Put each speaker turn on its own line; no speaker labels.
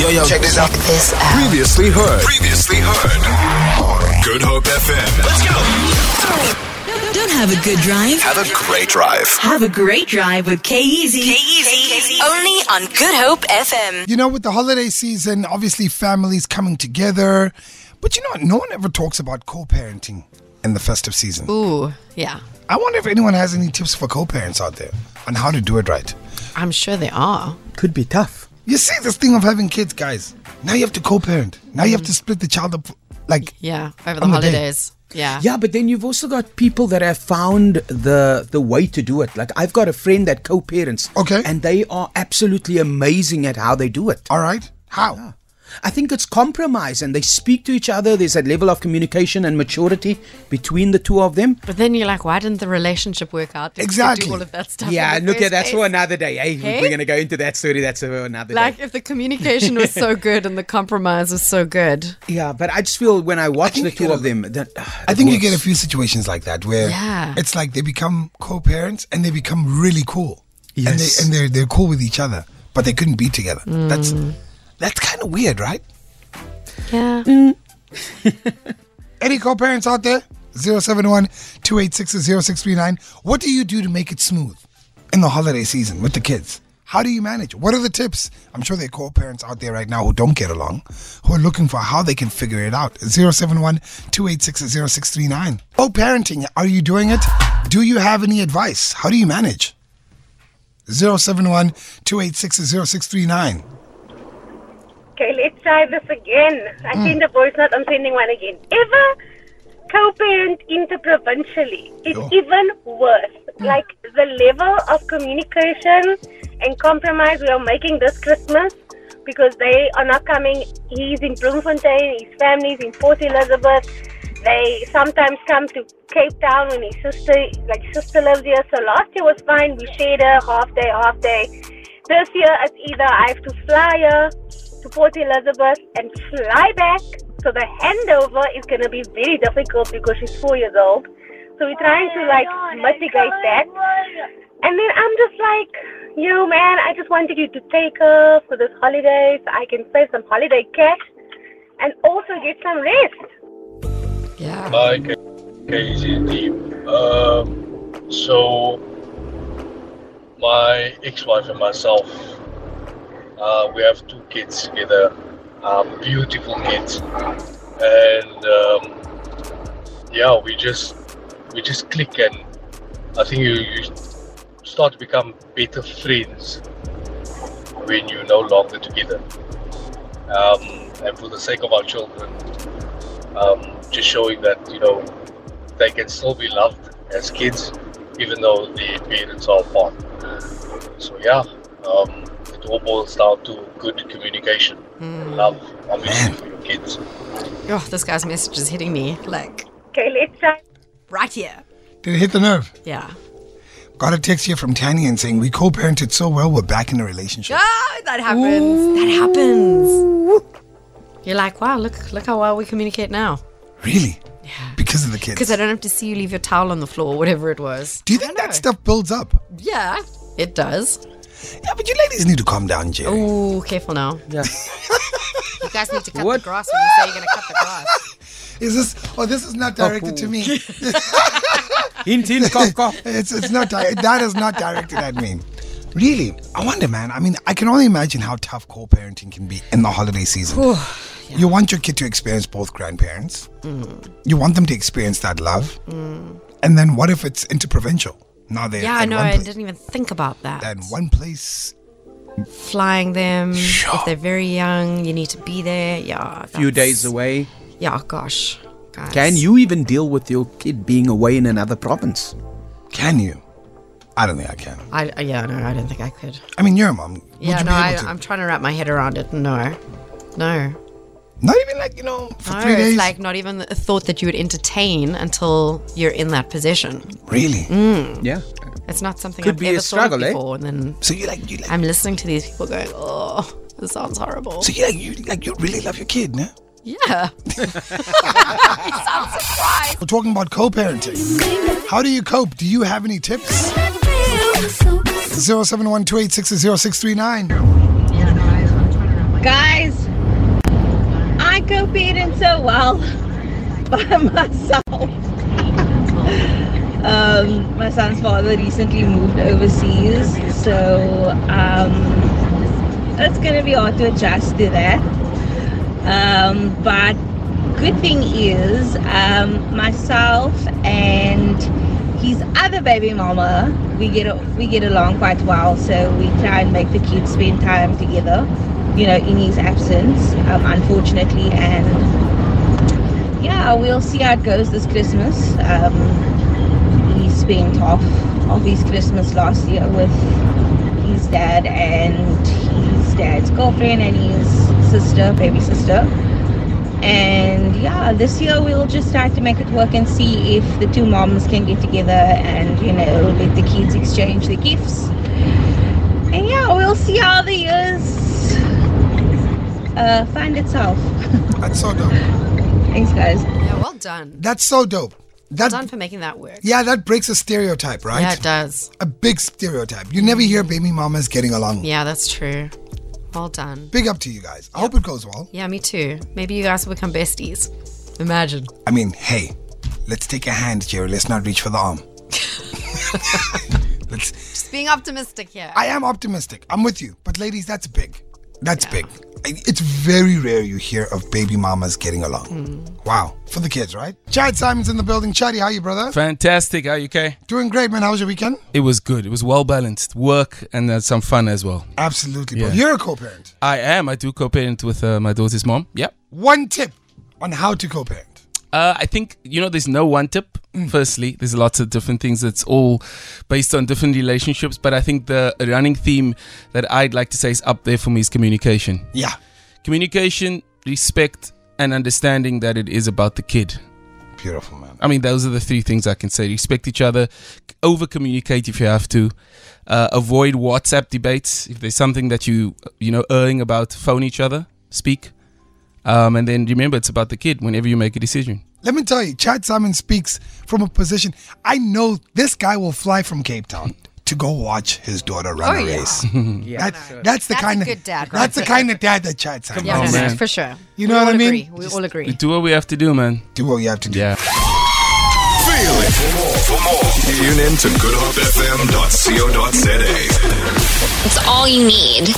Yo, yo, check this out.
This out.
Previously heard.
Previously heard. Good Hope FM. Let's go.
Don't have a good drive?
Have a great drive.
Have a great drive with K-Easy.
Easy. Only on Good Hope FM.
You know, with the holiday season, obviously families coming together. But you know what? No one ever talks about co parenting in the festive season.
Ooh, yeah.
I wonder if anyone has any tips for co parents out there on how to do it right.
I'm sure they are.
Could be tough.
You see this thing of having kids, guys. Now you have to co parent. Now you have to split the child up. Like,
Yeah, over the
On the day.
holidays. yeah.
Yeah, but then you've also got people that have found the the way to do it. Like I've got a friend that co-parents.
Okay.
And they are absolutely amazing at how they do it.
all right, how?
I think it's compromise and they speak to each other. There's that level of communication and maturity between the two of them.
But then you're like, why didn't the relationship work out? If you could
Exactly.
Do all of that stuff.
yeah,
in the
look
first
at that's
place?
for another day. Hey,
Hey?
we're gonna go into that story. That's for another
Like,
day.
if the communication was so good and the compromise was so good.
Yeah, but I just feel when I watch
think
the
you
two
get a-
of them, that, ah,
I think you get a few situations like that where
Yeah.
it's like they become co-parents and they become really cool.
Yes.
And they and they're they're cool with each other, but they couldn't be together. That's that's kind of weird, right?
Yeah.
Any co-parents out there? 071-286-0639. What do you do to make it smooth in the holiday season with the kids? How do you manage? What are the tips? I'm sure there are co-parents out there right now who don't get along, who are looking for how they can figure it out. 071-286-0639. Oh, parenting, are you doing it? Do you have any advice? How do you manage? 071-286-0639.
Okay, let's try this again. I send a voice note, I'm sending one again. Ever co parent interprovincially is
Yo.
even worse. Like the level of communication and compromise we are making this Christmas because they are not coming. He's in Bloemfontein, his family's in Port Elizabeth. They sometimes come to Cape Town when his sister, like sister, lives here. So last year was fine. We shared a half day, half day. This year, it's either I have to fly her to Port Elizabeth and fly back. So the handover is going to be very difficult because she's four years old. So we're trying to like mitigate that. And then I'm just like, yo, man, I just wanted you to take her for this holiday so I can save some holiday cash and also get some rest.
Yeah.
like KZD. Um, so my ex-wife and myself, uh, we have two kids together, um, beautiful kids, and um, yeah, we just we just click, and I think you, you start to become better friends when you're no longer together. Um, and for the sake of our children, um, just showing that you know they can still be loved as kids, even though the parents are apart. So yeah, um, it all boils down to good communication, and love, obviously for your kids.
Oh, this guy's message is hitting me like
Okay, let's try.
right here.
Did it hit the nerve?
Yeah.
Got a text here from Tanya and saying we co-parented so well, we're back in a relationship.
Oh, that happens. That happens. You're like, wow, look, look how well we communicate now.
Really? Yeah. Because of the kids.
Because I don't have to see you leave your towel on the floor, whatever it was.
Do you think that stuff builds up?
Yeah, it does.
Yeah, but you ladies need to calm down, Jerry.
Ooh, careful now.
Yeah.
you guys need to cut
What?
the grass when you say you're going to cut the grass.
Is this? Oh, this is not directed to me.
hint, hint, cough, cough.
It's it's not di- that is not directed at me. Really, I wonder, man. I mean, I can only imagine how tough co-parenting can be in the holiday season. You want your kid to experience both grandparents.
Mm.
You want them to experience that love. And then, what if it's interprovincial? Now they
Yeah,
at
I know.
One
I
place,
didn't even think about that.
at one place.
Flying them. If they're very young, you need to be there. Yeah.
few
that's-
days away.
Yeah, gosh. Guys.
Can you even deal with your kid being away in another province?
Can you? I don't think I can.
I, I- yeah, no, I don't think I could.
I mean, you're a mom. Would
yeah,
you
no,
be able
I,
to?
I'm trying to wrap my head around it. No. No.
Not even like you know for
No,
three days.
it's like not even a thought that you would entertain until you're in that position.
really?
mm.
Yeah.
It's not something
Could
I've
be a
ever
struggle,
thought
eh?
of before. And then
So you like you like
I'm listening to these people going, "Oh, this sounds horrible."
so you like you like you really love your kid, no?
Yeah,
We're talking about co-parenting. How do you cope? Do you have any tips? 071 286 0639.
Guys,
so well by myself. um, my son's father recently moved overseas, so um, it's going to be hard to adjust to that. Um, but good thing is, um, myself and his other baby mama, we get a- we get along quite well. So we try and make the kids spend time together. You know, in his absence, um, unfortunately, and yeah, we'll see how it goes this Christmas. Um, he spent half of his Christmas last year with his dad and his dad's girlfriend and his sister, baby sister. And yeah, this year we'll just try to make it work and see if the two moms can get together and, you know, let the kids exchange the gifts. And yeah, we'll see how the years uh, find itself.
That's so dope.
Thanks, guys.
Yeah, well done.
That's so dope.
Well
That
done for making that work.
yeah, that breaks a stereotype, right?
Yeah, it does.
a big stereotype. You never hear baby mamas getting along.
Yeah, that's true. Well done.
Big up to you guys. I hope it goes well.
Yeah, me too. Maybe you guys will become besties. Imagine.
I mean, hey, let's take a hand, Jerry. Let's not reach for the arm. let's,
Just being optimistic here.
I am optimistic. I'm with you. But, ladies, that's big. That's big. I- It's very rare you hear of baby mamas getting along.
Hmm.
Wow. For the kids, right? Chad Simon's in the building. Chaddy, how you, brother?
Fantastic. How you, Kay?
Doing great, man. How was your weekend?
It was good. It was well balanced. Work and uh, some fun as well.
Absolutely, bro.
Yeah. Uh,
You're a co parent.
I am. I do co parent with uh, my daughter's mom. Yep.
One tip on how to co parent.
Uh, I think, you know, there's no one tip. Firstly, there's lots of different things that's all based on different relationships. But I think the running theme that I'd like to say is up there for me is communication.
Yeah.
Communication, respect, and understanding that it is about the kid.
Beautiful, man.
Um,
I mean, those are the three things I can say. Respect each other, over communicate if you have to, uh, avoid WhatsApp debates. If there's something that you, you know, erring about, phone each other, speak. Um, and then remember, it's about the kid whenever you make a decision.
Let me tell you, Chad Simon speaks from a position. I know this guy will fly from Cape Town to go watch his daughter run
Oh,
a
yeah.
race.
Yeah.
That- that's the
That's a
kind of
good dad right
that's the
there.
kind of dad that Chad Simon.
yeah,
on,
no, no,
man.
for sure.
Oh, You know
We
what
all
I mean?
agree. We all agree.
We do what we have to do, man.
Do what you have to do.
Yeah.
Feel it. For more, for more, tune in to goodhopefm.co.za.
It's all you need.